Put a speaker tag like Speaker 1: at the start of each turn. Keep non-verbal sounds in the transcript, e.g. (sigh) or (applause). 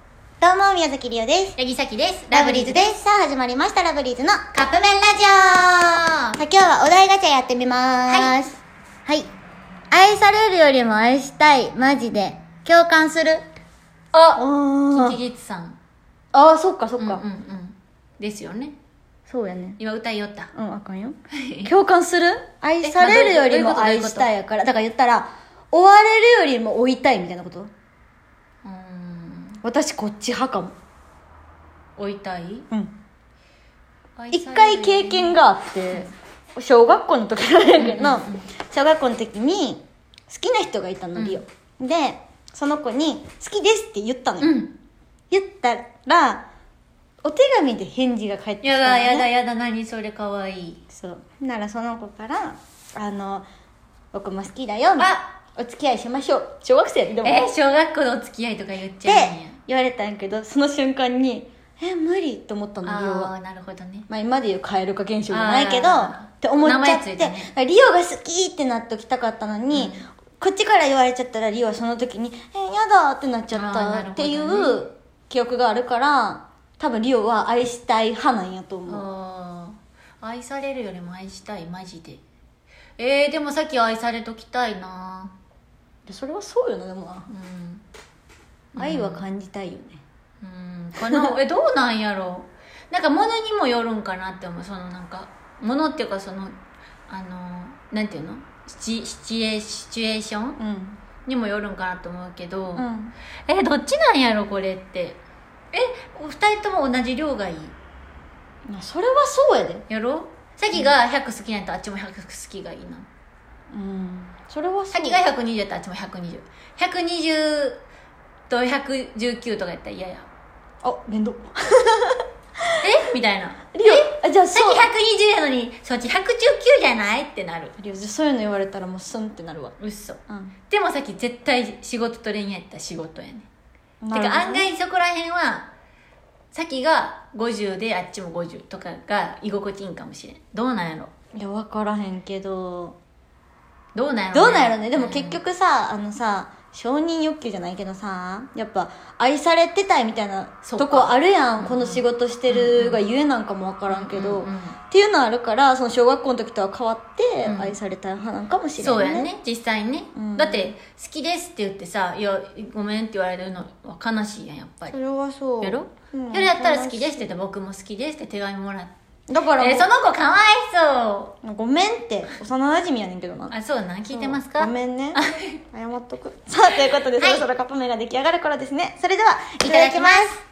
Speaker 1: どうも、宮崎りおです。
Speaker 2: 八木咲です
Speaker 1: す。さあ、始まりました、ラブリーズの。さ
Speaker 2: カップ麺ラジ
Speaker 1: あ、今日はお題ガチャやってみます。はい。愛されるよりも愛したい、マジで。共感する。
Speaker 2: オあ
Speaker 1: お
Speaker 2: キキキッズさん
Speaker 1: あー、そっかそ
Speaker 2: うんうんうんですよね
Speaker 1: そうやね。
Speaker 2: 今歌いよった
Speaker 1: うん、あかんよ。 (laughs) 共感する愛されるよりも
Speaker 2: どうい
Speaker 1: 愛
Speaker 2: うことどういうこと
Speaker 1: したいやから。だから言ったら、追われるよりも追いたいみたいなこと
Speaker 2: うーん
Speaker 1: 私、こっち派かも。
Speaker 2: 追いたい
Speaker 1: うん。
Speaker 2: 愛
Speaker 1: 一
Speaker 2: され
Speaker 1: 回
Speaker 2: る
Speaker 1: 経験があって小学校の時なんやけど小学校の時に好きな人がいたのリオ、でその子に「好きです」って言ったのよ、
Speaker 2: うん
Speaker 1: 言ったらお手紙で返事が返ってきた
Speaker 2: や
Speaker 1: の、
Speaker 2: だ
Speaker 1: ね、
Speaker 2: やだやだ何それかわいい
Speaker 1: そうならその子から「あの僕も好きだよ」みたいなお付き合いしましょう小学生やででも
Speaker 2: えー小学校のお付き合いとか言っち
Speaker 1: で
Speaker 2: ゃうんや
Speaker 1: 言われたんやけどその瞬間に「え無理」と思ったのリオは
Speaker 2: ああなるほどね
Speaker 1: まあ、今でいう蛙化現象じゃないけど
Speaker 2: あー
Speaker 1: って思っちゃっ
Speaker 2: 名前つ
Speaker 1: て、
Speaker 2: いたね
Speaker 1: リオが好きってなっときたかったのに、こっちから言われちゃったらリオはその時に「えやだ」ってなっちゃっ
Speaker 2: あーなるほど
Speaker 1: た
Speaker 2: ね
Speaker 1: っていう記憶があるから多分リオは愛したい派なんやと思う
Speaker 2: あー愛されるよりも愛したいマジでえー、でもさっき愛されときたいな
Speaker 1: でそれはそうよなでもな
Speaker 2: うん
Speaker 1: 愛は感じたいよね、
Speaker 2: うんか (laughs) なえどうなんやろうなんか物にもよるんかなって思うそのなんか物っていうかそのあのなんていうのシチシチュエシチュエーション
Speaker 1: うん
Speaker 2: にもよるんかなと思うけど、
Speaker 1: うん
Speaker 2: えどっちなんやろこれってえお二人とも同じ量がいい
Speaker 1: まあそれはそうやで
Speaker 2: やろさっきが100好きなんやったらあっちも100好きがいいな
Speaker 1: うんそれはそう
Speaker 2: さっきが120やったらあっちも120120と119とかやったら嫌や
Speaker 1: あ面倒
Speaker 2: えみたいな
Speaker 1: リオあじゃあ
Speaker 2: さっ
Speaker 1: そう
Speaker 2: き120やのにそっち119じゃないってなる
Speaker 1: リオじゃあそういうの言われたらもうスンってなるわ
Speaker 2: うっそ
Speaker 1: うん
Speaker 2: でもさっき絶対仕事と恋愛やったら仕事やねて
Speaker 1: なるほどね
Speaker 2: か案外そこら辺はさっきが50であっちも50とかが居心地いいんかもしれんどうなんやろ
Speaker 1: いや分からへんけど
Speaker 2: どうなんやろ
Speaker 1: どうなんやろねでも
Speaker 2: うん
Speaker 1: 結局さ、あのさ承認欲求じゃないけどさやっぱ愛されてたいみたいな
Speaker 2: そうか
Speaker 1: とこあるやんこの仕事してるがゆえなんかも分からんけど、
Speaker 2: うんうん
Speaker 1: っていうのあるからその小学校の時とは変わって
Speaker 2: うん
Speaker 1: 愛されたい派なんかもしれない、
Speaker 2: そうやね実際ね、
Speaker 1: うん
Speaker 2: だって「好きです」って言ってさ「いやごめん」って言われるのは悲しいやんやっぱり
Speaker 1: それはそう
Speaker 2: やろ、
Speaker 1: うん
Speaker 2: それやったら「好きです」って言って「僕も好きです」って手紙もらって
Speaker 1: だから
Speaker 2: えその子かわいそう
Speaker 1: もうごめんって幼馴染やねんけどな
Speaker 2: あそうなん聞いてますか
Speaker 1: ごめん
Speaker 2: (laughs)
Speaker 1: ね謝っとくさあということでそろそろカップ麺が出来上がる頃ですねそれではい
Speaker 2: い
Speaker 1: た
Speaker 2: ただ
Speaker 1: だ
Speaker 2: き
Speaker 1: きま
Speaker 2: ま
Speaker 1: す
Speaker 2: す